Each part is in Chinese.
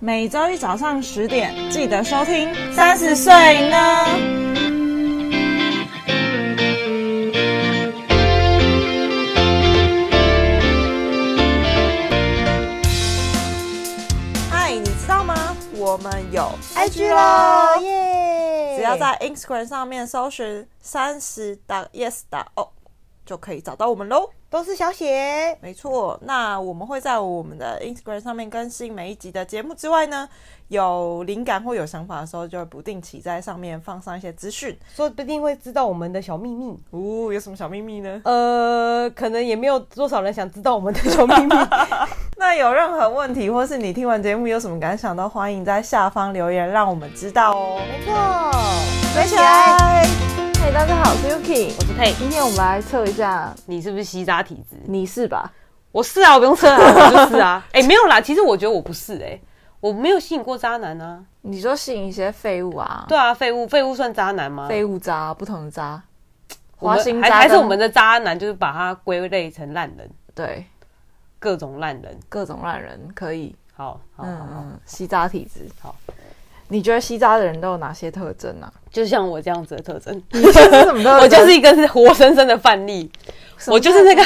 每周一早上十点记得收听《三十岁呢》。嗨，你知道吗？我们有 IG 喽！耶！只要在 Instagram 上面搜寻“三十 yes oh 打 o” 就可以找到我们喽。都是小写，没错，那我们会在我们的 Instagram 上面更新每一集的节目之外呢，有灵感或有想法的时候，就会不定期在上面放上一些资讯。说不定会知道我们的小秘密。哦，有什么小秘密呢？呃，可能也没有多少人想知道我们的小秘密。那有任何问题，或是你听完节目有什么感想，都欢迎在下方留言，让我们知道哦。没错，飞起来！嗨，大家好，我是 Yuki。我是佩，今天我们来测一下， 你是不是吸渣体质？你是吧？我是啊，我不用测啊，我就是 啊。哎、没有啦，其实我觉得我不是哎、我没有吸引过渣男啊。你说吸引一些废物啊，对啊，废物，废物算渣男吗？废物渣，不同的渣，我们花心还渣还是跟我们的渣男，就是把它归类成烂人，对各种烂人。各种烂人可以，好，好，好，嗯好，嗯，吸渣体质。好，你觉得吸渣的人都有哪些特征啊？就像我这样子的特征。你是什么特 征？我就是一个是活生生的范例，什么我就是那个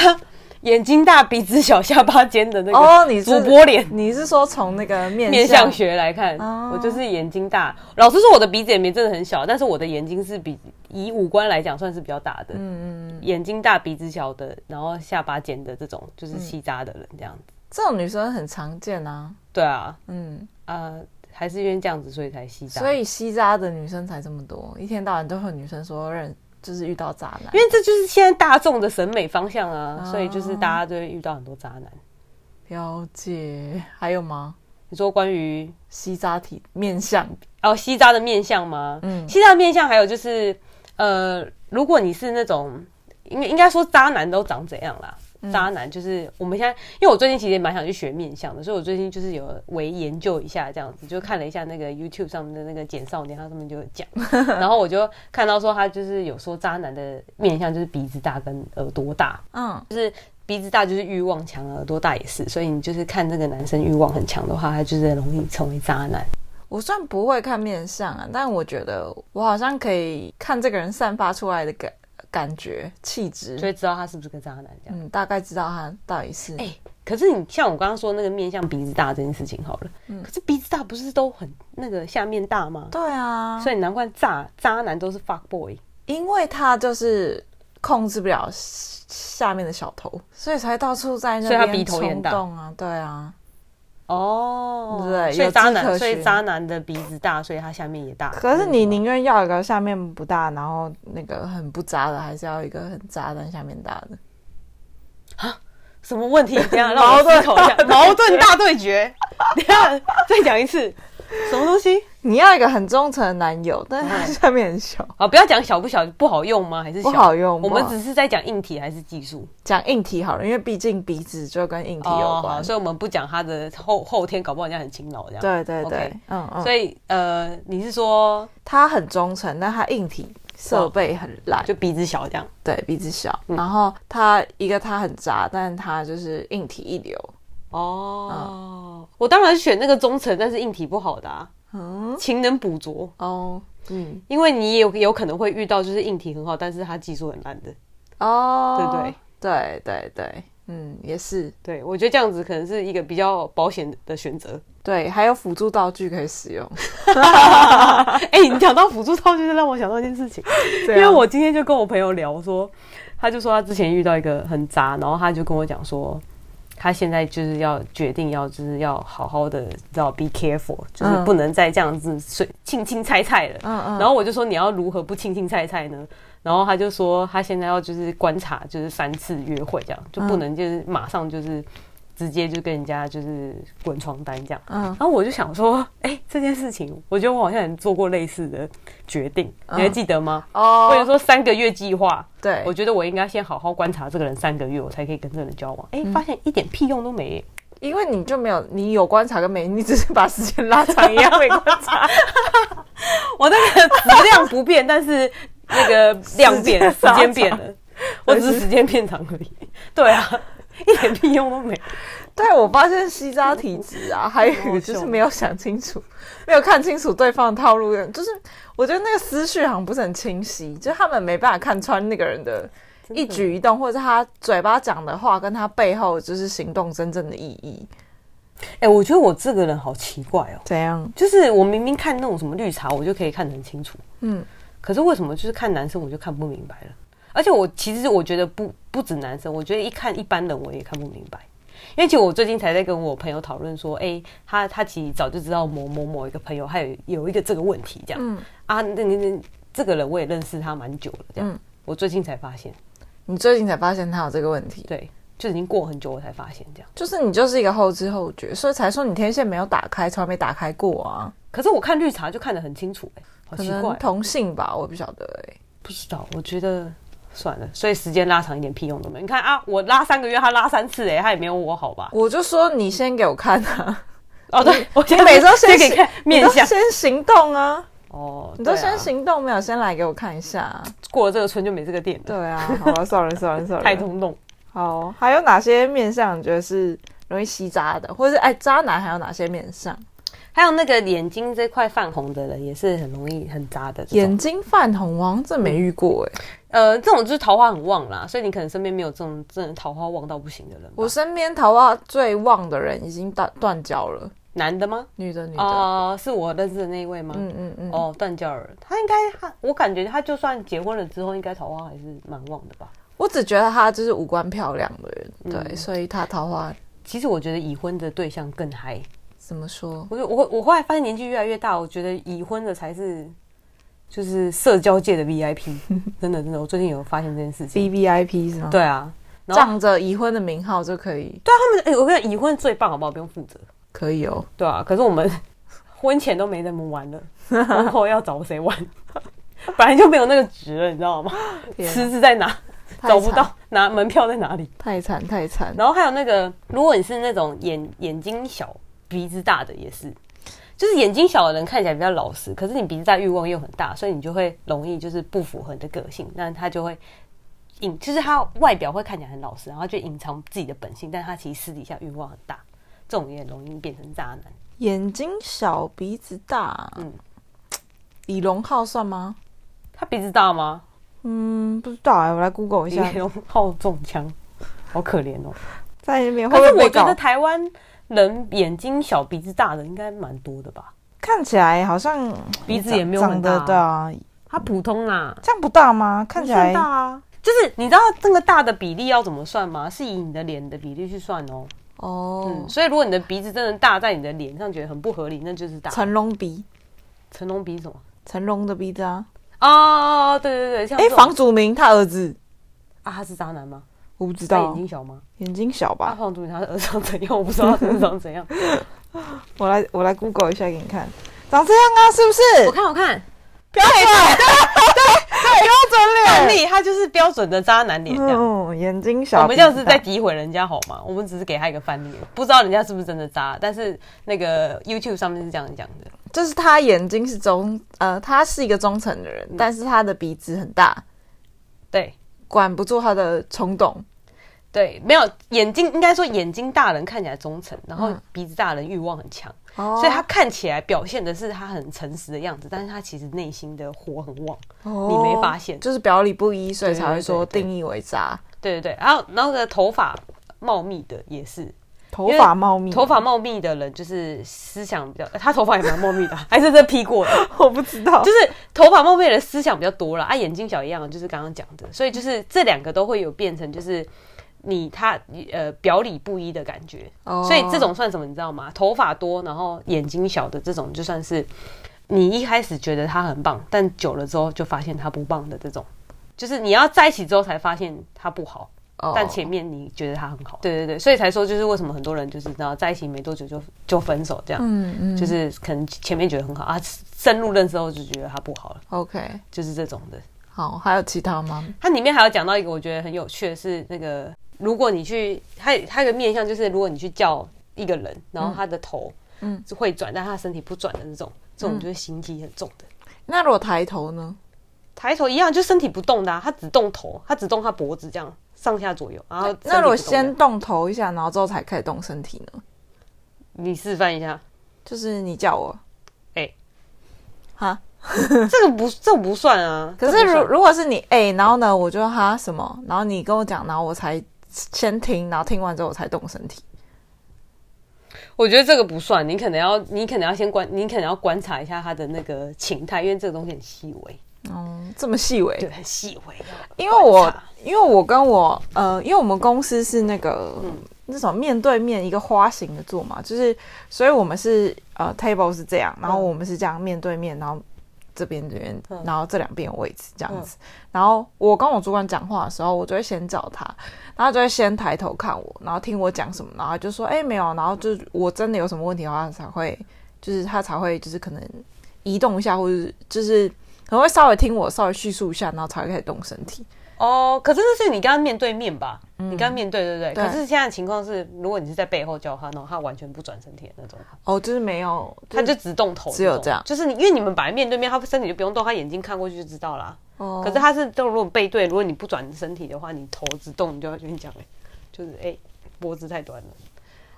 眼睛大、鼻子小、下巴尖的那个哦，你主是播脸。你是说从那个面面相学来看，哦我就是眼睛大。老实说，我的鼻子也没真的很小，但是我的眼睛是比以五官来讲算是比较大的，嗯，嗯嗯，眼睛大、鼻子小的，然后下巴尖的这种，就是嗯吸渣的人这样子。这种女生很常见啊，对啊，嗯，呃，还是因为这样子，所以才吸渣。所以吸渣的女生才这么多，一天到晚都会有女生说认，就是遇到渣男因。为这就是现在大众的审美方向啊，哦所以就是大家都会遇到很多渣男。了解，还有吗？你说关于西扎体面相，哦，西扎的面相吗？嗯嗯，西扎的面相还有就是，呃，如果你是那种，应该应该说渣男都长怎样啦？渣男就是我们现在，因为我最近其实也蛮想去学面相的，所以我最近就是有为研究一下这样子，就看了一下那个 YouTube 上面的那个简少年，他上面就有讲，然后我就看到说他就是有说渣男的面相就是鼻子大跟耳朵大，嗯，就是鼻子大就是欲望强，耳朵大也是，所以你就是看这个男生欲望很强的话，他就是容易成为渣男。我虽然不会看面相啊，但我觉得我好像可以看这个人散发出来的感感觉、气就质，会知道他是不是个渣男这样。嗯，大概知道他到底是。哎、可是你像我刚刚说那个面向鼻子大这件事情好了，可是鼻子大不是都很那个下面大吗？对啊，所以难怪渣渣男都是 fuck boy，因为他就是控制不了下面的小头，所以才到处在那所以他鼻边头也冲很大动啊，对啊，哦，对所有以迹渣可男，循所以渣男的鼻子大，所以他下面也大。可是你吗宁愿要一个下面不大，然后那个很不渣的，还是要一个很渣但下面大的？什么问题？这 样让我思考 一下，矛盾 大对决。等一下再讲一次，什么东西？你要一个很忠诚的男友，但是他下面很小。啊，不要讲小不小，不好用吗？还是小不好用我不们好只是在讲硬体还是技术？讲硬体好了，因为毕竟鼻子就跟硬体哦有好，关。所以我们不讲他的后后天，搞不好人家很勤劳这样。对对对 OK 嗯嗯，所以呃，你是说他很忠诚，但他硬体设备很烂，就鼻子小这样？对鼻子小。嗯然后他一个他很渣，但他就是硬体一流。哦，我当然选那个中层，但是硬体不好的、啊，嗯勤能补拙，哦嗯因为你也有有可能会遇到就是硬体很好，但是他技术很烂的。哦，嗯对对对对对，嗯也是对，我觉得这样子可能是一个比较保险的选择。对，还有辅助道具可以使用。哎、你讲到辅助道具，就让我想到一件事情，因因为我今天就跟我朋友聊说，他就说他之前遇到一个很渣，然后他就跟我讲说，他现在就是要决定要就是要好好的，知道 be careful，就是嗯不能再这样子随轻轻菜菜了。嗯嗯，然后我就说你要如何不轻轻菜菜呢？然后他就说他现在要就是观察，就是三次约会这样，就不能就是马上就是直接就跟人家就是滚床单这样。嗯然后我就想说，哎、这件事情，我觉得我好像也做过类似的决定，你还记得吗？我嗯有哦，说三个月计划，对我，觉得我应该先好好观察这个人三个月，我才可以跟这个人交往。哎、嗯发现一点屁用都没耶、因为你就没有你有观察跟没，你只是把时间拉长一样会观察。 我那个质量不变，但是那个量变，时间时拉长 啊间变了，我只是时间变长而已。对啊，一点屁用都没。对，我发现西渣体质 啊，还有就是没有想清楚，没有看清楚对方的套路，就是我觉得那个思绪好像不是很清晰，就是他们没办法看穿那个人的一举一动，或者他嘴巴讲的话跟他背后就是行动真正的意义。哎、我觉得我这个人好奇怪哦，怎样？就是我明明看那种什么绿茶，我就可以看得很清楚，嗯，可是为什么就是看男生我就看不明白了？而且我其实我觉得不不止男生，我觉得一看一般人我也看不明白。因为其实我最近才在跟我朋友讨论说，哎、他他其实早就知道某某某一个朋友还有有一个这个问题，这样、嗯啊，那那那这个人我也认识他蛮久了，这样、嗯我最近才发现，你最近才发现他有这个问题，对，就已经过很久我才发现这样。就是你就是一个后知后觉，所以才说你天线没有打开，从来没打开过啊。可是我看绿茶就看得很清楚、哎，好可奇能怪哦、同性吧，我也不晓得哎、不知道，我觉得算了，所以时间拉长一点屁用都没有。你看啊，我拉三个月，他拉三次、哎，他也没有我好吧？我就说你先给我看啊，哦，对，我现你在每周先先给你看面你都相先行动啊，哦，你都对啊先行动没有？先来给我看一下啊、过了这个村就没这个店了，对啊，好了，算了算了 算太了。冲动。好，还有哪些面相你觉得是容易吸渣的，或者是哎渣男还有哪些面相？还有那个眼睛这块泛红的人也是很容易很渣的这种，眼睛泛红，我好像真没遇过哎、呃，这种就是桃花很旺啦，所以你可能身边没有这种真的桃花旺到不行的人吧。我身边桃花最旺的人已经断断交了，男的吗？女的女的，哦、是我认识的那一位吗？嗯嗯嗯，哦，断交了。他应该，他我感觉他就算结婚了之后，应该桃花还是蛮旺的吧。我只觉得她就是五官漂亮的人，对，嗯所以她桃花其实我觉得已婚的对象更嗨。怎么说？我就我我后来发现年纪越来越大，我觉得已婚的才是就是社交界的 VIP，真的真的，我最近有发现这件事情。 B B I P 是吗？，对啊，然后仗着已婚的名号就可以，对啊，他们哎、我跟你讲，已婚最棒好不好？不用负责。可以哦。对啊，可是我们 婚前都没那么 玩了，婚后要找谁玩？ 本来就没有那个值了，你知道吗？天啊 池子在哪？太找不惨到，拿门票在哪里？太惨太惨。然后还有那个，如果你是那种眼眼睛小、鼻子大的，也是，就是眼睛小的人看起来比较老实，可是你鼻子大欲望又很大，所以你就会容易就是不符合你的个性，那他就会隐，就是他外表会看起来很老实，然后就隐藏自己的本性，但他其实私底下欲望很大，这种也容易变成渣男。眼睛小，鼻子大，嗯嗯，李荣浩算吗？他鼻子大吗？嗯，不知道哎、我来 Google 一李下，荣浩中枪，好可怜哦。在那边会可不是会我被觉得搞？台湾人眼睛小、鼻子大的应该蛮多的吧？看起来好像鼻子也没有长很大得啊对啊，他普通啊啦、这样不大吗？看起来不是大啊，就是你知道这个大的比例要怎么算吗？是以你的脸的比例去算哦。哦嗯，，所以如果你的鼻子真的大在你的脸上，觉得很不合理，那就是大。成龙鼻，成龙鼻是什么？成龙的鼻子啊。哦，对对对，像哎、这种房祖名他儿子，啊，他是渣男吗？我不知他眼道，睛小吗？眼睛小啊，吧？黄祖明他的耳长怎样？我不知道他耳长怎样。我来我来 Google 一下给你看，长这样啊，是不是我？看我看，标准，范对，标准脸。例他就是标准的渣男脸这样。嗯，眼睛小，我们这样是在鼻子诋毁人家好吗？我们只是给他一个范例，不知道人家是不是真的渣。但是那个 YouTube 上面是这样讲的。大就是他眼睛是中，呃，他是一个忠诚的人，但是他的鼻子很大，对，管不住他的冲动。对，没有眼睛，应该说眼睛大人看起来忠诚，然后嗯鼻子大人欲望很强，哦所以他看起来表现的是他很诚实的样子，但是他其实内心的火很旺。你你没发现就是表里不一，所以才会说对对对对定义为渣。对对对，然后然后那个头发茂密的也是，头发茂密，头发茂密的人就是思想比较，呃他头发也蛮茂密的， 还是这披 过的， 我不知道，就是头发茂密的思想比较多了啊，眼睛小一样，就是刚刚讲的，所以就是这两个都会有变成就是你他呃表里不一的感觉，哦所以这种算什么你知道吗？头发多然后眼睛小的这种就算是你一开始觉得他很棒，但久了之后就发现他不棒的这种，就是你要在一起之后才发现他不好。哦但前面你觉得他很好，对对对，所以才说就是为什么很多人就是然后在一起没多久就就分手这样，嗯嗯，啊就是可能前面觉得很好啊，深入认识后就觉得他不好了， OK。就是这种的。好，还有其他吗？它里面还有讲到一个我觉得很有趣的是，那个如果你去，它它有个面向就是，如果你去叫一个人，然后他的头嗯嗯是会转，但他身体不转的那种，这种就是心机很重的。那如果抬头呢？抬头一样，就身体不动的、啊，他只动头，他只动他脖子这样，上下左右，然后哎那如果哦身体先不动动头一下，然后之后才开始动身体呢？你示范一下，就是你叫我，哎哈。这个不这个不算啊。可这是不如算如果是你哎、然后呢，我就哈什么，然后你跟我讲，然后我才先听，然后听完之后我才动身体。我觉得这个不算，你可能要你可能要先观，你可能要观察一下他的那个情态，因为这个东西很细微，哦、这么细微，对，很细微。因为我观察因为我跟我呃，因为我们公司是那个、嗯那种面对面一个花形的坐嘛，就是所以我们是呃 table 是这样，然后嗯我们是这样面对面，然后这边这边嗯，然后这两边位置这样子。然后我跟我主管讲话的时候，我就会先找他，然后他就会先抬头看我，然后听我讲什么，然后他就说哎、没有，然后就是我真的有什么问题的话他才会，就是他才会就是可能移动一下，或者是就是可能会稍微听我稍微叙述一下，然后才会开始动身体。哦，可是那是你刚刚面对面吧？你刚刚面对，对不对？嗯对可是现在的情况是，如果你是在背后叫他，然后他完全不转身体的那种，哦，就是没有，嗯他就只动头，只有这样就是你因为你们本来面对面，他身体就不用动，他眼睛看过去就知道啦。哦可是他是动，如果背对，如果你不转身体的话，你头只动，你就要跟你讲，哎就是哎、脖子太短了。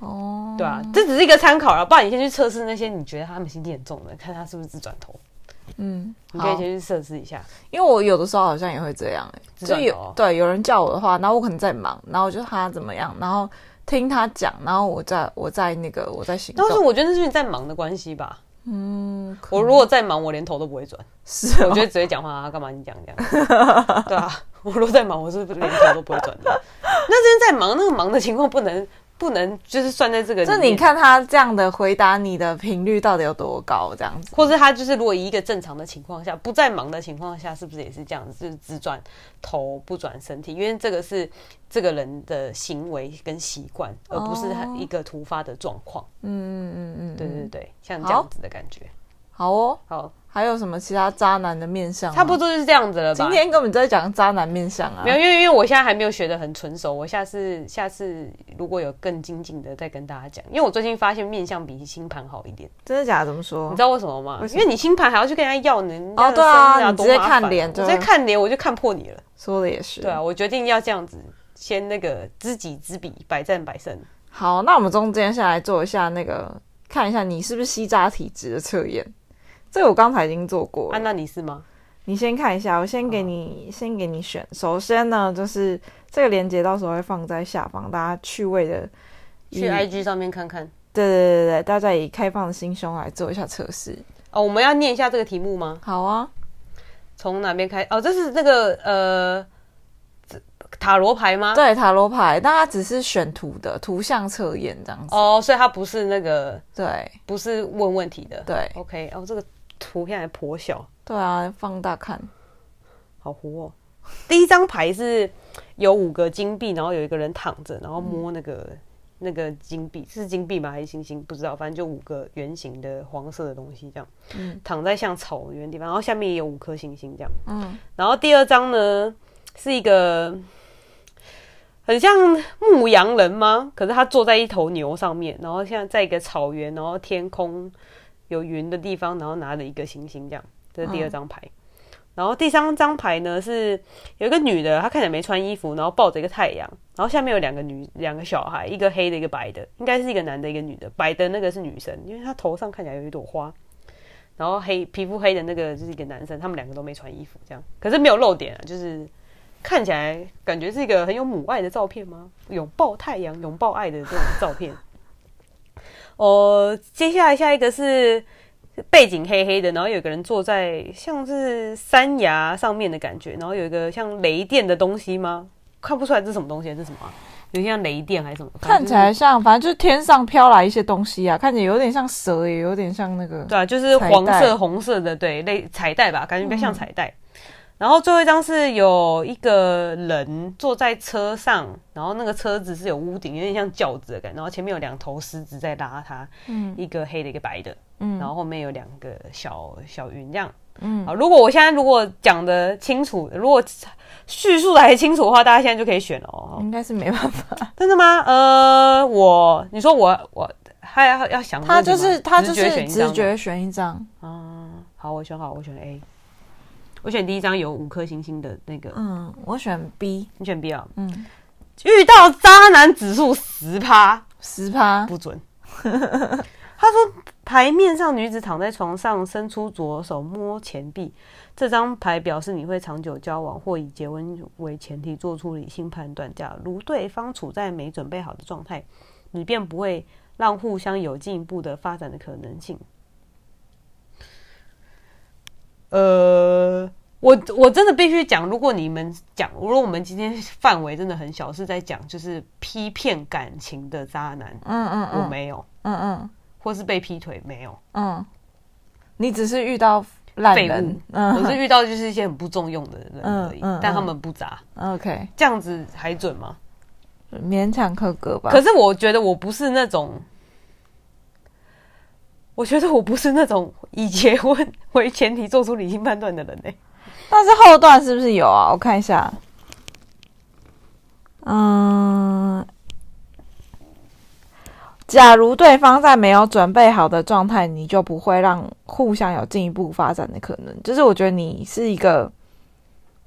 哦，对啊，这只是一个参考啦，不然你先去测试那些你觉得他们心机很重的，看他是不是只转头，嗯，你可以好先去测试一下。因为我有的时候好像也会这样、欸，自就转头有哦对有人叫我的话，然后我可能在忙，然后我就他怎么样，然后听他讲，然后我再我再那个我再行但是动。我觉得那是你在忙的关系吧。嗯，我如果在忙，我连头都不会转，是我哦觉，得直接讲话啊，干嘛你讲这样？ 对啊，我如果在忙，我是不是连头都不会转的。 那真的在忙，那个忙的情况不能不能就是算在这个。就你，看他这样的回答你的频率到底有多高，这样子。或是他就是如果以一个正常的情况下，不在忙的情况下，是不是也是这样子，就是只转头不转身体？因为这个是这个人的行为跟习惯，而不是他哦一个突发的状况。嗯嗯嗯对嗯，对对，像这好样子的感觉。好哦。好，还有什么其他渣男的面相吗？差不多就是这样子了嗯吧。今天根本就在讲渣男面相啊没。有，因为因为我现在还没有学得很纯熟，我下次下次如果有更精进的再跟大家讲。因为我最近发现面相比星盘好一点，真的假的？怎么说你知？道为什么吗？因为你星盘还要去跟人家要人家哦的对啊生日你多直接麻看烦啊脸我就直接看脸我就看破你了。说的也是。对啊，我决定要这样子，先那个知己知彼，百战百胜。好，那我们中间下来做一下那个，看一下你是不是吸渣体质的测验。这个我刚才已经做过啊，哦了，那你是吗？你先看一下，我先给你、先给你选。首先呢，就是这个链接到时候会放在下方，大家趣味的以去 IG 上面看看。对对对对，大家以开放的心胸来做一下测试。哦，我们要念一下这个题目吗？好啊，从哪边开？哦，这是那个呃这塔罗牌吗？对塔罗牌，大家只是选图的图像测验这样子。哦，所以它不是那个对不是问问题的。对 OK，哦，这个图片还颇小，对啊，放大看，好糊哦。 第一张牌是有五个金币，然后有一个人躺着，然后摸那个、那个金币，是金币吗？还是星星？不知道，反正就五个圆形的黄色的东西，这样、嗯躺在像草原的地方，然后下面也有五颗星星这样。嗯，然后第二张呢是一个很像牧羊人吗？可是他坐在一头牛上面，然后现在在一个草原，然后天空有云的地方，然后拿着一个星星这样，这是第二张牌。然后第三张牌呢是有一个女的，她看起来没穿衣服，然后抱着一个太阳，然后下面有两个女两个小孩，一个黑的，一个白的，应该是一个男的，一个女的。白的那个是女生，因为她头上看起来有一朵花。然后黑皮肤黑的那个就是一个男生，他们两个都没穿衣服，这样，可是没有露点啊，就是看起来感觉是一个很有母爱的照片吗？拥抱太阳、拥抱爱的这种照片。 哦，接下来下一个是背景黑黑的，然后有一个人坐在像是山崖上面的感觉，然后有一个像雷电的东西吗？看不出来这是什么东西，这是什么、啊？有点像雷电还是什么？看起反正就是来像，反正就是天上飘来一些东西啊，看起来有点像蛇，也有点像那个。对啊，就是彩黄带嗯色、红色的，对，类彩带吧，感觉比较像彩带。然后最后一张是有一个人坐在车上，然后那个车子是有屋顶，有点像轿子的感觉，然后前面有两头狮子在拉它，嗯一个黑的，一个白的，嗯然后后面有两个小小云这样。嗯好，如果我现在如果讲的清楚，如果叙述的还清楚的话，大家现在就可以选了哦。应该是没办法。真的吗？呃，我你说我我还要要想他问题就吗是他就直是觉选一张直吗觉选一张，啊，好，我选好，我选 A。我选第一张有五颗星星的那个，嗯，我选 B，你选 B 啊？嗯，遇到渣男指数十趴十趴，不准。 他说牌面上女子躺在床上，伸出左手摸钱币，这张牌表示你会长久交往或以结婚为前提做出理性判断。假如对方处在没准备好的状态，你便不会让互相有进一步的发展的可能性。呃，我我真的必须讲，如果你们讲，如果我们今天范围真的很小，是在讲就是欺骗感情的渣男，嗯嗯我嗯没有，嗯嗯或是被劈腿没有，嗯，你只是遇到烂废人物，，嗯我是遇到就是一些很不中用的人而嗯已，嗯嗯但他们不渣， ，OK，这样子还准吗？勉强合格吧。可是我觉得我不是那种，我觉得我不是那种以结婚为前提做出理性判断的人欸呢、但是后段是不是有啊？我看一下。嗯，假如对方在没有准备好的状态，你就不会让互相有进一步发展的可能。就是我觉得你是一个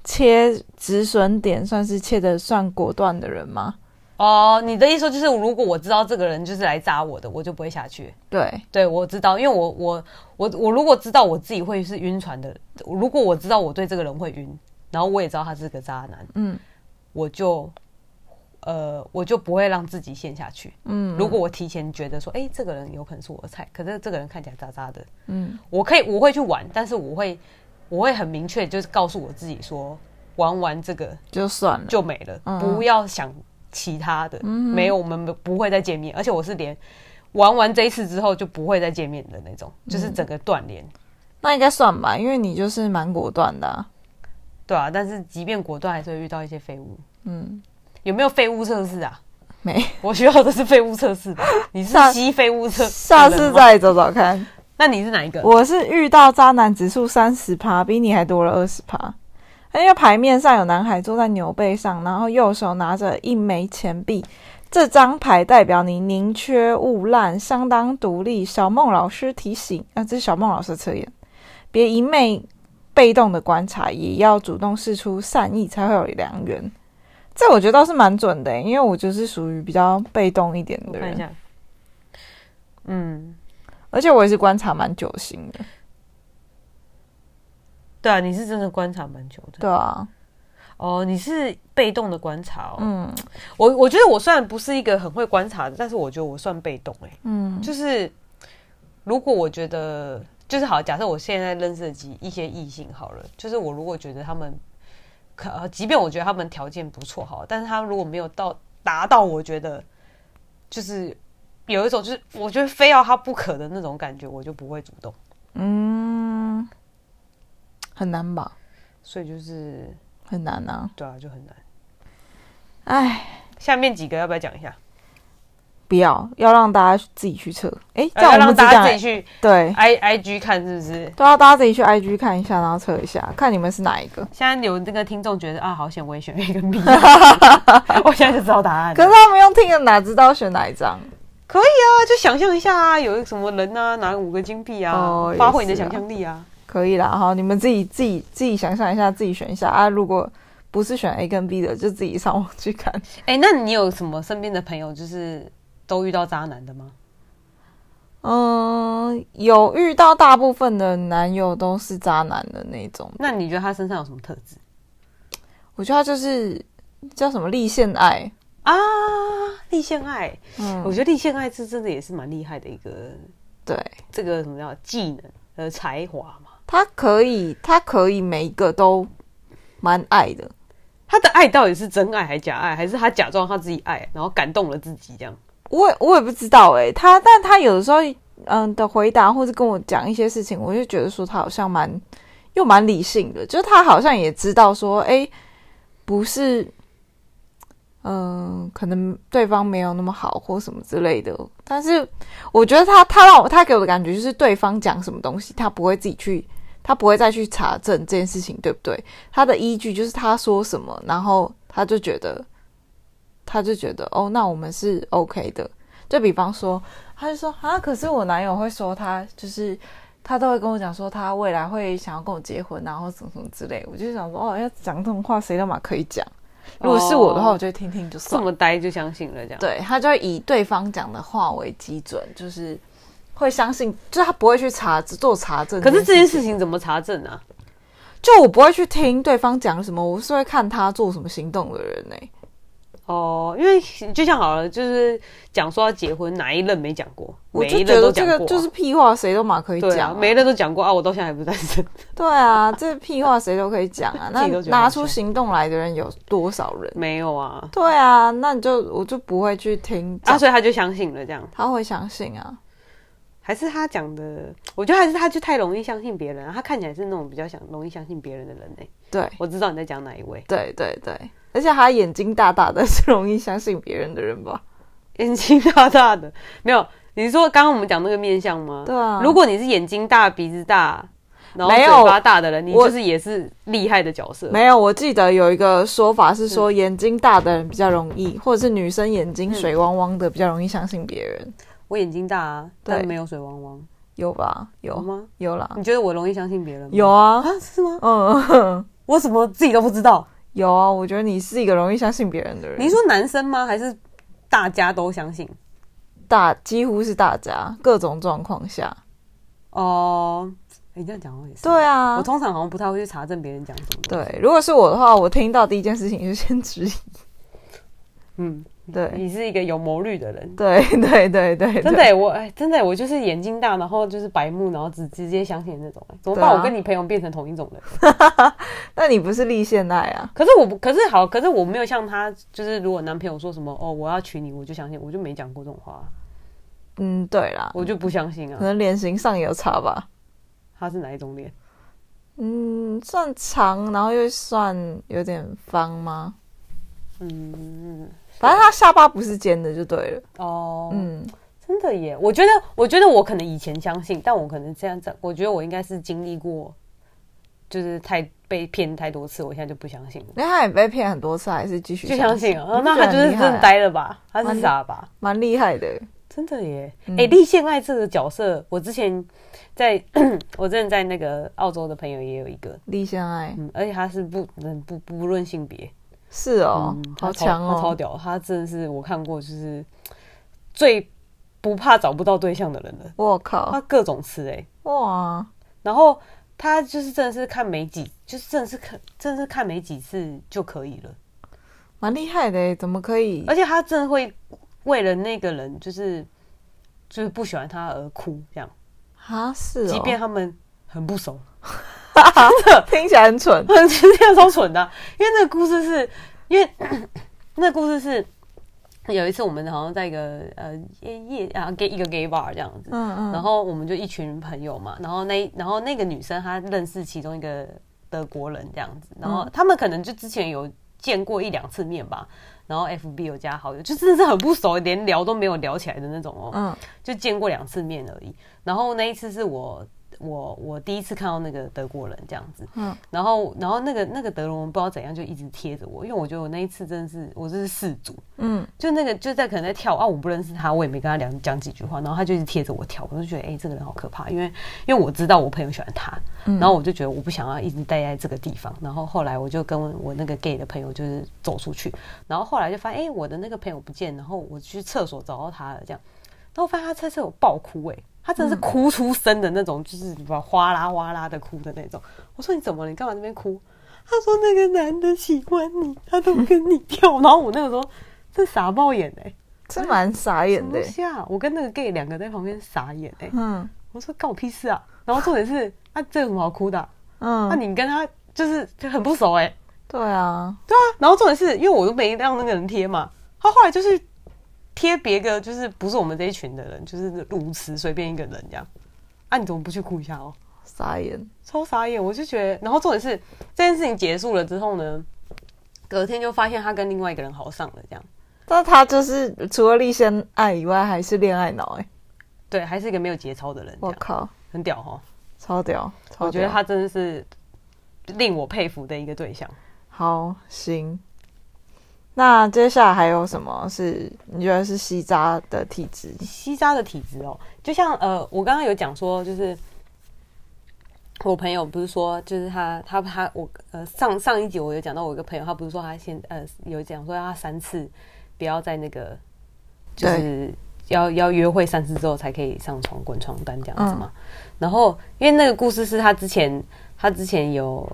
切止损点，算是切的算果断的人吗？哦，你的意思说就是，如果我知道这个人就是来扎我的，我就不会下去。对，对，我知道，因为我我我我如果知道我自己会是晕船的，如果我知道我对这个人会晕，然后我也知道他是个渣男，嗯我就呃我就不会让自己陷下去。嗯，如果我提前觉得说，哎、这个人有可能是我的菜，可是这个人看起来渣渣的，嗯我可以我会去玩，但是我会我会很明确，就是告诉我自己说，玩完这个就算了，就没了，嗯不要想其他的，嗯没有我们不会再见面，而且我是连玩完这一次之后就不会再见面的那种，就是嗯整个断联，那应该算吧，因为你就是蛮果断的、啊。对啊，但是即便果断，还是会遇到一些废物，嗯，有没有废物测试啊？没，我需要的是废物测试 吧？你是下吸废物测，下次。再找找看。那你是哪一个？我是遇到渣男指数三十趴，比你还多了二十趴。因为牌面上有男孩坐在牛背上，然后右手拿着一枚钱币。这张牌代表你宁缺毋滥，相当独立。小孟老师提醒，啊，这是小孟老师的测验，别一昧被动的观察，也要主动试出善意，才会有良缘。这我觉得倒是蛮准的，欸因为我就是属于比较被动一点我的看人，一下，嗯，而且我也是观察蛮久心的。对啊，你是真的观察蛮久的。对啊，哦，你是被动的观察哦。嗯我我觉得我虽然不是一个很会观察的，但是我觉得我算被动哎、嗯就是如果我觉得就是好，假设我现在认识的几一些异性好了，就是我如果觉得他们可，呃即便我觉得他们条件不错好了，但是他如果没有到达到我觉得就是有一种就是我觉得非要他不可的那种感觉，我就不会主动。嗯，很难吧？所以就是很难啊！对啊，就很难。哎，下面几个要不要讲一下？不要，要让大家自己去测。哎、这呃样我要们让只大讲家自己 去对， I I G 看是不是？都要大家自己去 IG 看一下，然后测一下，看你们是哪一个。现在有那个听众觉得啊，好险，我也选了一 个 B，我现在就知道答案了。可是他们用听的哪知道选哪一张？可以啊，就想象一下啊，有什么人啊，拿五个金币啊，哦也发挥你的是啊想象力啊。可以啦，哈，你们自己自己自己想想一下，自己选一下啊。如果不是选 A 跟 B 的，就自己上网去看。哎、那你有什么身边的朋友就是都遇到渣男的吗？嗯，有遇到大部分的男友都是渣男的那种，那你觉得他身上有什么特质我觉得他就是叫什么立现爱，啊？立宪爱，我嗯，觉得立宪爱是真的也是蛮厉害的一个对。这个什么叫技能呃才华嘛。他可以，他可以每一个都蛮爱的，他的爱到底是真爱还是假爱，还是他假装他自己爱，然后感动了自己这样？我也我也不知道哎、他但他有的时候嗯的回答或是跟我讲一些事情，我就觉得说他好像蛮又蛮理性的，就是他好像也知道说，哎、不是，嗯、可能对方没有那么好或什么之类的，但是我觉得他他让我他给我的感觉就是对方讲什么东西，他不会自己去。他不会再去查证这件事情对不对，他的依据就是他说什么，然后他就觉得他就觉得哦，那我们是 OK 的。就比方说，他就说啊，可是我男友会说他就是他都会跟我讲说他未来会想要跟我结婚，然后什么什么之类。我就想说，哦，要讲这种话，谁他妈可以讲？如果是我的话，哦我就会听听就这 算了。么呆就相信了这样。，对他就会以对方讲的话为基准，就是会相信，就是他不会去查做查证。可是这件事情怎么查证啊？就我不会去听对方讲什么，我是会看他做什么行动的人欸呢、哦，因为就像好了，就是讲说要结婚，哪一任没讲过？我每一就任觉都得讲这过个啊、就是屁话，谁都嘛可以对讲、啊，每一任都讲过啊，我到现在还不是单身。对啊，这屁话谁都可以讲啊。那 自己都觉得拿好出笑行动来的人有多少人？没有啊，对啊，那你就我就不会去听啊，讲，所以他就相信了这样。他会相信啊。还是他讲的，我觉得还是他就太容易相信别人、啊，他看起来是那种比较想容易相信别人的人呢、对我知道你在讲哪一位， 对对对，而且他眼睛大大的，是容易相信别人的人吧？眼睛大大的，没有？你是说刚刚我们讲那个面相吗？对啊，嗯如果你是眼睛大、鼻子大，然后没嘴有巴大的人，你我就是也是厉害的角色。没有，我记得有一个说法是说，嗯眼睛大的人比较容易，或者是女生眼睛水汪汪的比较容易相信别人，我眼睛大啊，对但没有水汪汪，有吧？有有吗？有啦，你觉得我容易相信别人吗？有啊，啊，是吗？嗯，我怎么自己都不知道？有啊，我觉得你是一个容易相信别人的人。你说男生吗？还是大家都相信？大几乎是大家各种状况下，哦、你这样讲我也是。对啊我，通常好像不太会去查证别人讲什么。，对。如果是我的话，我听到第一件事情就先质疑，嗯，对，你是一个有谋虑的人。对， 对，对，对，真的对耶、我哎，真的耶、我就是眼睛大，然后就是白目，然后只直接相信的那种耶、怎么办？对啊我跟你朋友变成同一种人？那你不是立现代啊？ 可是我不，可是好，可是我没有像他，就是如果男朋友说什么哦，我要娶你，我就相信，我就没讲过这种话，啊嗯，对啦，我就不相信可啊。能脸型上也有差吧。他是哪一种脸？嗯，算长，然后又算有点方吗？嗯，反正他下巴不是尖的就对了。哦，嗯，真的耶，我觉得，我觉得我可能以前相信，但我可能这样子，我觉得我应该是经历过，就是太被骗太多次，我现在就不相信了，因为他也被骗很多次，还是继续就相信啊啊，那他就是真的，呆了吧？他是傻吧？蛮厉害的。真的耶！哎、嗯立宪爱这个角色，我之前在 我之前在那个澳洲的朋友也有一个，立现爱嗯，而且他是不嗯不不论性别，是哦嗯，好他超强他超哦。屌，他真的是我看过就是最不怕找不到对象的人了，我他靠，各种吃哎、哇，然后他就是真的是看没几，就是真的是看真的是看没几次就可以了，蛮厉害的，欸怎么可以而？且他真的会为了那个人就是就是不喜欢他而哭这样，啊，是哦，即便他们很不熟， 听起来很蠢。 很其实也超蠢的啊、因为那个故事是，因为 那个故事是有一次我们好像在一个呃夜夜啊 gay 一个 gay bar 这样子，嗯嗯，然后我们就一群朋友嘛，然后那然后那个女生她认识其中一个德国人这样子，然嗯后他们可能就之前有见过一两次面吧，然后 FB 有加好友，就真的是很不熟，连聊都没有聊起来的那种哦，嗯就见过两次面而已。然后那一次是我我我第一次看到那个德国人这样子，嗯然后然后那个那个德龙不知道怎样就一直贴着我，因为我觉得我那一次真的是我这是四组，嗯，就那个就在可能在跳舞啊，我不认识他，我也没跟他讲讲几句话，然后他就一直贴着我跳，我就觉得哎、这个人好可怕，因为因为我知道我朋友喜欢他，然后我就觉得我不想要一直待在这个地方，然后后来我就跟我那个 gay 的朋友就是走出去，然后后来就发现哎、我的那个朋友不见，然后我去厕所找到他了，这样，然后我发现他厕所有爆哭哎、他真的是哭出声的那种，就是把哗啦哗啦的哭的那种。我说你怎么了？你干嘛这边哭？他说那个男的喜欢你，他都跟你跳。然后我那个时候这傻爆眼哎、这蛮傻眼的欸等。下，我跟那个 gay 两个在旁边傻眼哎、嗯我说干我屁事啊！然后重点是，啊，这有什么好哭的啊、嗯，啊，你跟他就是就很不熟哎、对啊，对啊。然后重点是因为我都没让那个人贴嘛，他后来就是贴别个就是不是我们这一群的人，就是路痴随便一个人这样。啊，你怎么不去哭一下哦？傻眼。超傻眼，我就觉得，然后重点是这件事情结束了之后呢，隔天就发现他跟另外一个人好上了，这样但他就是除了立先爱以外，还是恋爱脑哎、对，还是一个没有节操的人，这我样靠，很屌哦哈。超屌！超屌我觉得他真的是令我佩服的一个对象。好行。那接下来还有什么是你觉得是西渣的体质？西渣的体质哦，就像呃，我刚刚有讲说，就是我朋友不是说，就是他他他我呃上上一集我有讲到，我一个朋友他不是说他先呃有讲说要他三次不要在那个就是要要约会三次之后才可以上床滚床单这样子嘛。然后因为那个故事是他之前他之前有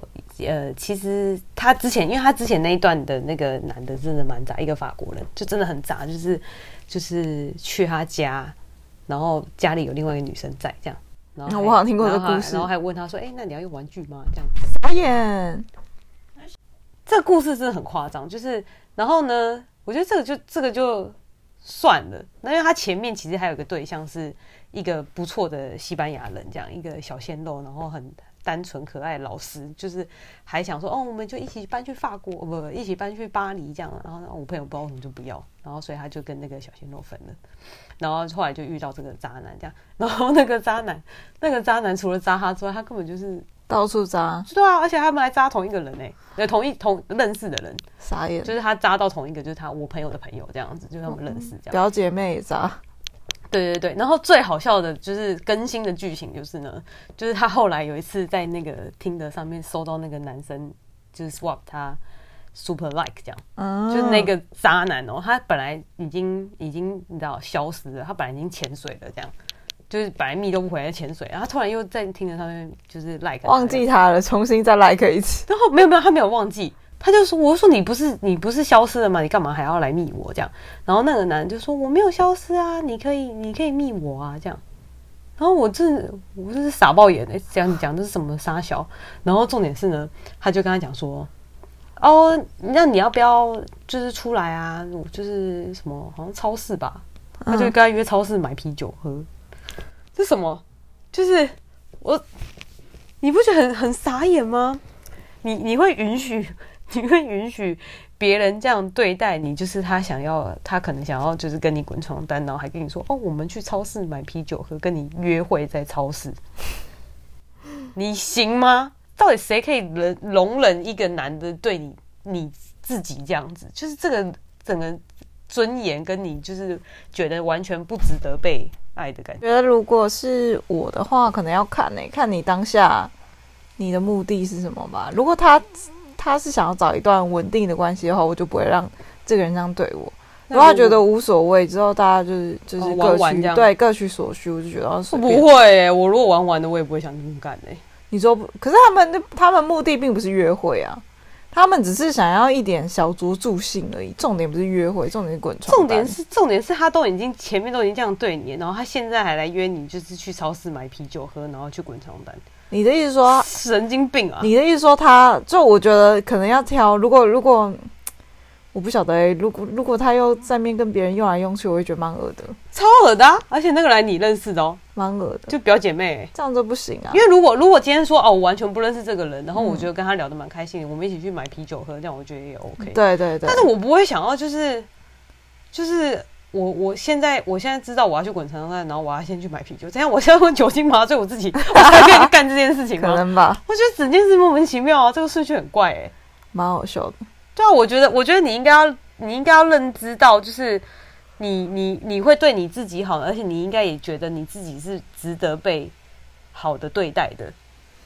呃，其实他之前因为他之前那一段的那个男的真的蛮渣，一个法国人就真的很渣，就是就是去他家，然后家里有另外一个女生在这样。然后还哦我好像听过这然个后还故事然后还问他说：“哎、那你要用玩具吗？”这样，傻眼，这个故事真的很夸张。就是，然后呢，我觉得这个就这个就算了。那因为他前面其实还有一个对象是一个不错的西班牙人，这样一个小鲜肉，然后很单纯可爱，老师就是还想说：“哦，我们就一起搬去法国，不不，一起搬去巴黎这样。”然后呢我朋友不知道为什么就不要，然后所以他就跟那个小鲜肉分了。然后后来就遇到这个渣男，这样， 然后那个渣男，那个渣男除了渣他之外，他根本就是到处扎，对啊，而且他们还扎同一个人呢、呃，同一同认识的人，傻眼，就是他扎到同一个，就是他我朋友的朋友这样子，就是他们认识这样。表姐妹啊也扎，对对对，然后最好笑的就是更新的剧情就是呢，就是他后来有一次在那个听的上面搜到那个男生就是 swap 他 super like 这样，嗯，就是那个渣男哦、他本来已经已经你知道消失了，他本来已经潜水了这样。就是本来密都不回来潜水，然后他突然又在听的上面就是 like 忘他记他了，重新再来一个一次，然后没有没有，他没有忘记，他就说：“我就说你不是你不是消失了吗？你干嘛还要来密我这样？”然后那个男的就说：“我没有消失啊，你可以你可以密我啊这样。”然后我真的我就是傻爆眼的、欸，这样讲这是什么傻小？然后重点是呢，他就跟他讲说：“哦，那你要不要就是出来啊？我就是什么好像超市吧，他就跟他约超市买啤酒喝。嗯这什么？就是我，你不觉得很很傻眼吗？你你会允许， 你会允许别人这样对待你？就是他想要，他可能想要就是跟你滚床单，然后还跟你说哦，我们去超市买啤酒喝，跟你约会在超市，你行吗？到底谁可以忍容忍一个男的对你你自己这样子？就是这个整个尊严跟你就是觉得完全不值得被爱的感觉。觉得如果是我的话，可能要看呢、看你当下你的目的是什么吧。如果他他是想要找一段稳定的关系的话，我就不会让这个人这样对我。如果他觉得无所谓，之后大家就是就是哦各取、玩玩这样对各取所需，我就觉得哦我随不便。会欸、我如果玩完的，我也不会想这么干哎、你说不？可是他们的他们目的并不是约会啊，他们只是想要一点小酌助兴而已。重点不是约会，重点是滚床 重单点是，重点是他都已经前面都已经这样对你，然后他现在还来约你，就是去超市买啤酒喝，然后去滚床单，你的意思说神经病啊！你的意思说他，就我觉得可能要挑，如果如果我不晓得、欸，如果如果他又在面跟别人用来用去，我会觉得蛮恶的，超恶的、啊，而且那个来你认识的哦，蛮恶的，就表姐妹欸、这样就不行啊因。为如果如果今天说哦，我完全不认识这个人，然后我觉得跟他聊得蛮开心的，我们一起去买啤酒喝，这样我觉得也 OK。对对对但，是我不会想要就是就是我我现在我现在知道我要去滚床单，然后我要先去买啤酒，这样我现在用酒精麻醉我自己，我才可以去干这件事情可吗？能吧，我觉得整件事莫名其妙啊，这个顺序很怪哎、蛮好笑的。对啊，我觉得，我觉得你应该要，你应该要认知到，就是你你你会对你自己好，而且你应该也觉得你自己是值得被好的对待的，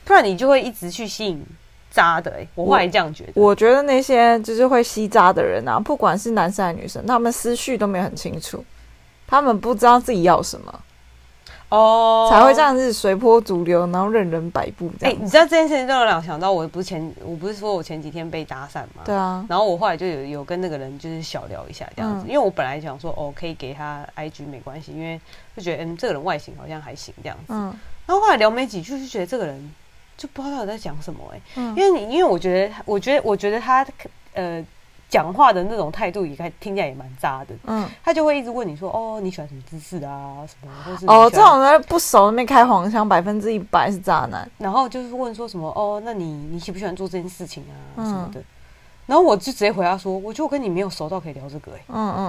不然你就会一直去吸引渣的、欸。我后来这样觉得，我觉得那些就是会吸渣的人啊，不管是男生还是女生，他们思绪都没有很清楚，他们不知道自己要什么，哦才会这。样子随波逐流，然后任人摆布这哎、样你子。知道这件事情让我让我想到，我不是前，我不是说我前几天被搭讪吗？对啊，然后我后来就有有跟那个人就是小聊一下这样子，嗯因为我本来想说哦可以给他 IG 没关系，因为就觉得嗯这个人外形好像还行这样子。嗯然后后来聊没几句就觉得这个人就不知道到底在讲什么哎、嗯因为你因为我觉得我觉得我觉得他呃讲话的那种态度也该听起来也蛮渣的，嗯，他就会一直问你说哦你喜欢什么姿势啊什么或是哦，你喜这欢种人不熟那边开黄腔，百分之一百是渣男。然后就是问说什么哦，那你你喜不喜欢做这件事情啊、嗯什么的，然后我就直接回答说，我觉得我跟你没有熟到可以聊这个哎、嗯嗯。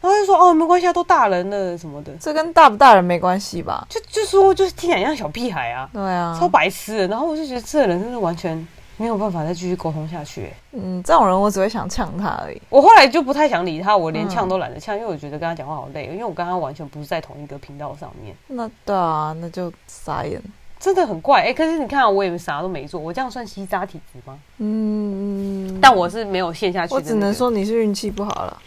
然后他就说哦没关系啊，都大人了什么的，这跟大不大人没关系吧？就就说就是听起来像小屁孩啊，对啊，超白痴的。然后我就觉得这个人真的完全没有办法再继续沟通下去、欸。嗯，这种人我只会想呛他而已。我后来就不太想理他，我连嗯呛都懒得呛，因为我觉得跟他讲话好累，因为我跟他完全不是在同一个频道上面。那对啊，那就傻眼。真的很怪哎、可是你看啊、我也啥都没做，我这样算吸渣体质吗？嗯，但我是没有陷下去的、我只能，说你是运气不好了。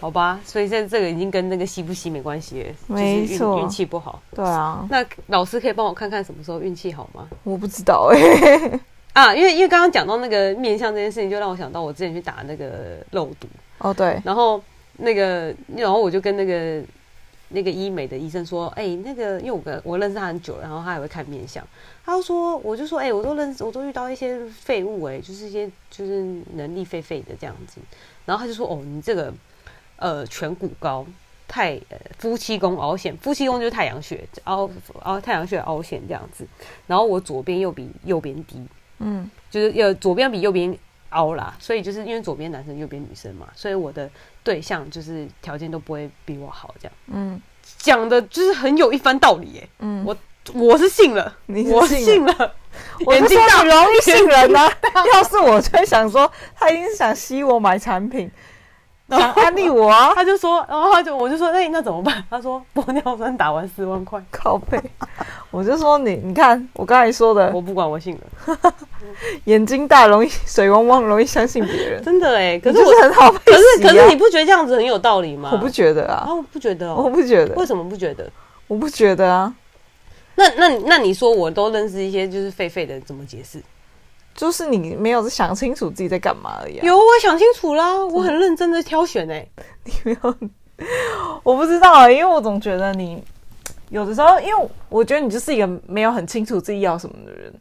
好吧，所以这这个已经跟那个吸不吸没关系了，就是没运错运气不好。对啊，那老师可以帮我看看什么时候运气好吗？我不知道哎、欸。 啊，因为因为刚刚讲到那个面相这件事情，就让我想到我之前去打那个肉毒，哦，对，然后那个，然后我就跟那个那个医美的医生说，哎、那个，因为我跟我认识他很久了，然后他也会看面相，他就说，我就说，哎、我都认识，我都遇到一些废物、哎，就是一些就是能力废废的这样子，然后他就说，哦，你这个呃颧骨高。太呃夫妻宫凹陷，夫妻宫就是太阳穴凹凹太阳穴凹陷这样子，然后我左边又比右边低，嗯，就是呃左边比右边凹啦，所以就是因为左边男生右边女生嘛，所以我的对象就是条件都不会比我好，这样嗯讲的就是很有一番道理耶、嗯，我我是信了，你是我信了信了，我眼就睛说大你容易信人呐、要是我就会想说，他一定是想吸我买产 品，想安利我啊，他就说，然后他就我就说，那、哎那怎么办？他说玻尿酸打完四万块，靠背。我就说你，你看我刚才说的我，不管，我信了，眼睛大容易水汪汪，容易相信别人。真的哎、可你是就我是很好配、可啊，是可是你不觉得这样子很有道理吗？我不觉得啊，啊，我不觉 得、我哦，不觉得为，什么不觉得？我不觉得啊，那那那你说我都认识一些就是狒狒的，怎么解释？就是你没有想清楚自己在干嘛而已、啊。有，我想清楚啦，我很认真的挑选哎、没有， 我不知道啊，因为我总觉得你有的时候，因为我觉得你就是一个没有很清楚自己要什么的人，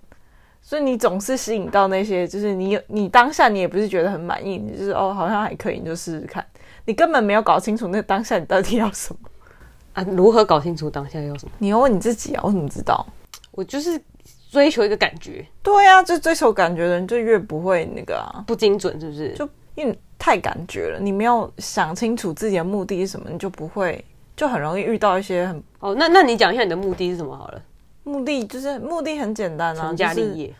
所以你总是吸引到那些，就是你你当下你也不是觉得很满意，你就是哦好像还可以，你就试试看，你根本没有搞清楚那当下你到底要什么。 啊，如何搞清楚当下要什么？你要问你自己啊，我怎么知道？我就是追求一个感觉，对啊，就追求感觉的人就越不会那个啊，不精准是不是？就因为你太感觉了，你没有想清楚自己的目的是什么，你就不会，就很容易遇到一些很哦，那那你讲一下你的目的是什么好了？目的就是目的很简单啊，成家就是立业，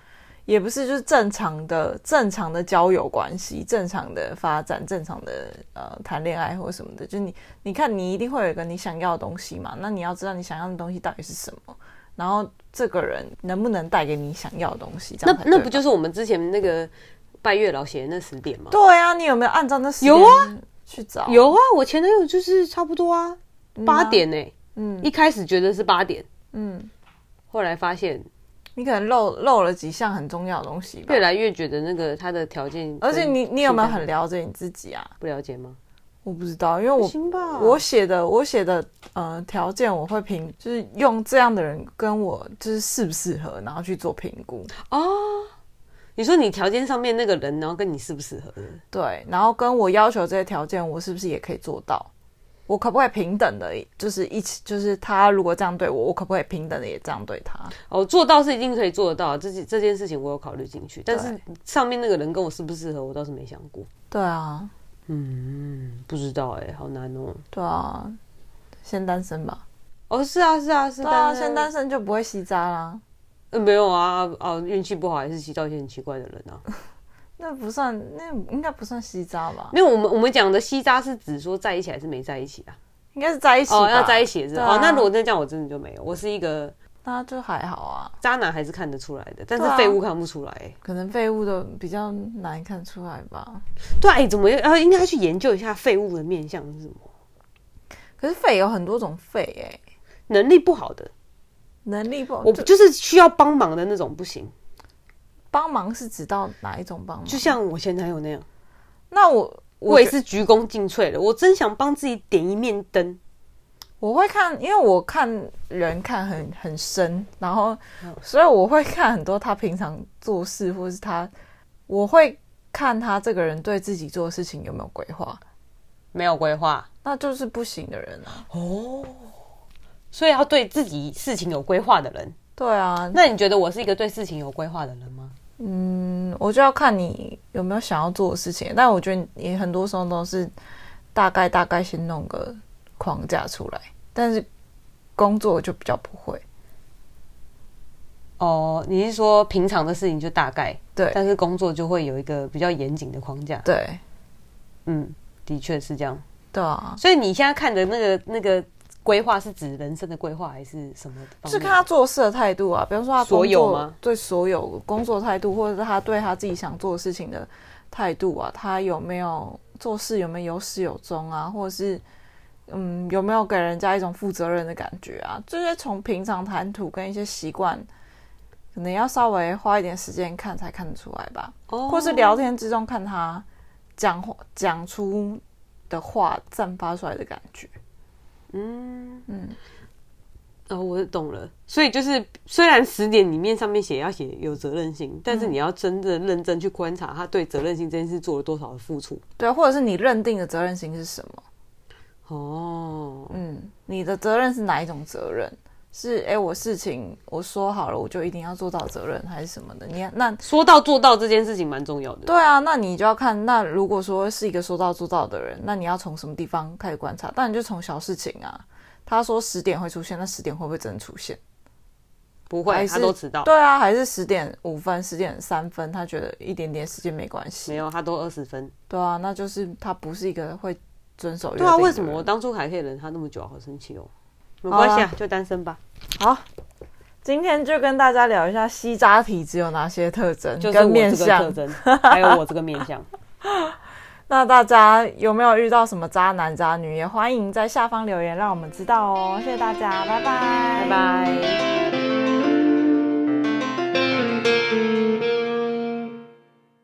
也不是就是正常的正常的交友关系，正常的发展，正常的呃谈恋爱或什么的，就你你看你一定会有一个你想要的东西嘛，那你要知道你想要的东西到底是什么，然后这个人能不能带给你想要的东西，这样那才那对不吧就是我们之前那个拜月老写的那十点吗？对啊？你有没有按照那时间有啊去找有啊，我前男友就是差不多啊，八点呢、嗯一开始觉得是八点，嗯，后来发现你可能漏漏了几项很重要的东西吧越。来越觉得那个他的条件跟，而且你你有没有现在很了解你自己啊？不了解吗？我不知道，因为我行吧，我写的我写的呃条件，我会评，就是用这样的人跟我就是适不适合，然后去做评估。哦，你说你条件上面那个人，然后跟你适不适合的？对，然后跟我要求这些条件，我是不是也可以做到？我可不可以平等的，就是一起，就是他如果这样对我，我可不可以平等的也这样对他？哦，做到是一定可以做得到，这件这件事情我有考虑进去，但是上面那个人跟我适不适合，我倒是没想过。对啊，嗯，不知道哎、好难哦、对啊，先单身吧。哦，是啊，是啊，是对啊，啊，先单身就不会吸渣啦。呃、没有啊，啊，运气不好还是吸到一些很奇怪的人啊。那不算，那应该不算吸渣吧？没有，我们我们讲的吸渣是指说在一起还是没在一起啊？应该是在一起吧哦，要在一起是吧、对啊哦，那如果真的这样，我真的就没有。我是一个那就还好啊。渣男，还是看得出来的，但是对啊废物看不出来、欸。可能废物的比较难看出来吧。对啊，哎、怎么要、啊、应该去研究一下废物的面相是什么？可是肺有很多种肺哎、能力不好的，能力不好我就就是需要帮忙的那种不行，帮忙是指到哪一种帮忙？就像我前男友那样，那我我我也觉是鞠躬尽瘁的。我真想帮自己点一面灯，我会看，因为我看人看很很深，然后嗯所以我会看很多他平常做事，或是他我会看他这个人对自己做的事情有没有规划，没有规划那就是不行的人啊。哦，所以要对自己事情有规划的人。对啊，那你觉得我是一个对事情有规划的人吗？嗯，我就要看你有没有想要做的事情，但我觉得你很多时候都是大概大概先弄个框架出来，但是工作我就比较不会。哦，你是说平常的事情就大概，对但是工作就会有一个比较严谨的框架。对嗯，的确是这样。对啊，所以你现在看的那个那个规划是指人生的规划还是什么方面？是看他做事的态度啊，比方说他工作所有吗对所有工作态度，或者是他对他自己想做的事情的态度啊，他有没有做事有没有有始有终啊，或者是嗯有没有给人家一种负责任的感觉啊，这些从平常谈吐跟一些习惯，可能要稍微花一点时间看才看得出来吧，哦或是聊天之中看他讲话讲出的话散发出来的感觉。嗯嗯嗯，哦，我懂了。所以就是，虽然十点里面上面写要写有责任心，但嗯是你要真的认真去观察他对责任心这件事做了多少的付出。对，或者是你认定的责任心是什么？哦，嗯，你的责任是哪一种责任？是哎、诶我事情我说好了，我就一定要做到责任，还是什么的？你那说到做到这件事情蛮重要的。对啊，那你就要看，那如果说是一个说到做到的人，那你要从什么地方开始观察？当然就从小事情啊。他说十点会出现，那十点会不会真的出现？不还会，是他都迟到。对啊，还是十点五分、十点三分，他觉得一点点时间没关没系。有，他都二十分。对啊，那就是他不是一个会遵守约定对的啊，人。为什么我当初还可以忍他那么久啊？好生气哦。没关系啊，就单身吧。好，今天就跟大家聊一下西渣体质有哪些特征就是跟我面这个特相。征，还有我这个面 相。那大家有没有遇到什么渣男渣女？也欢迎在下方留言让我们知道哦。谢谢大家，拜拜，拜拜。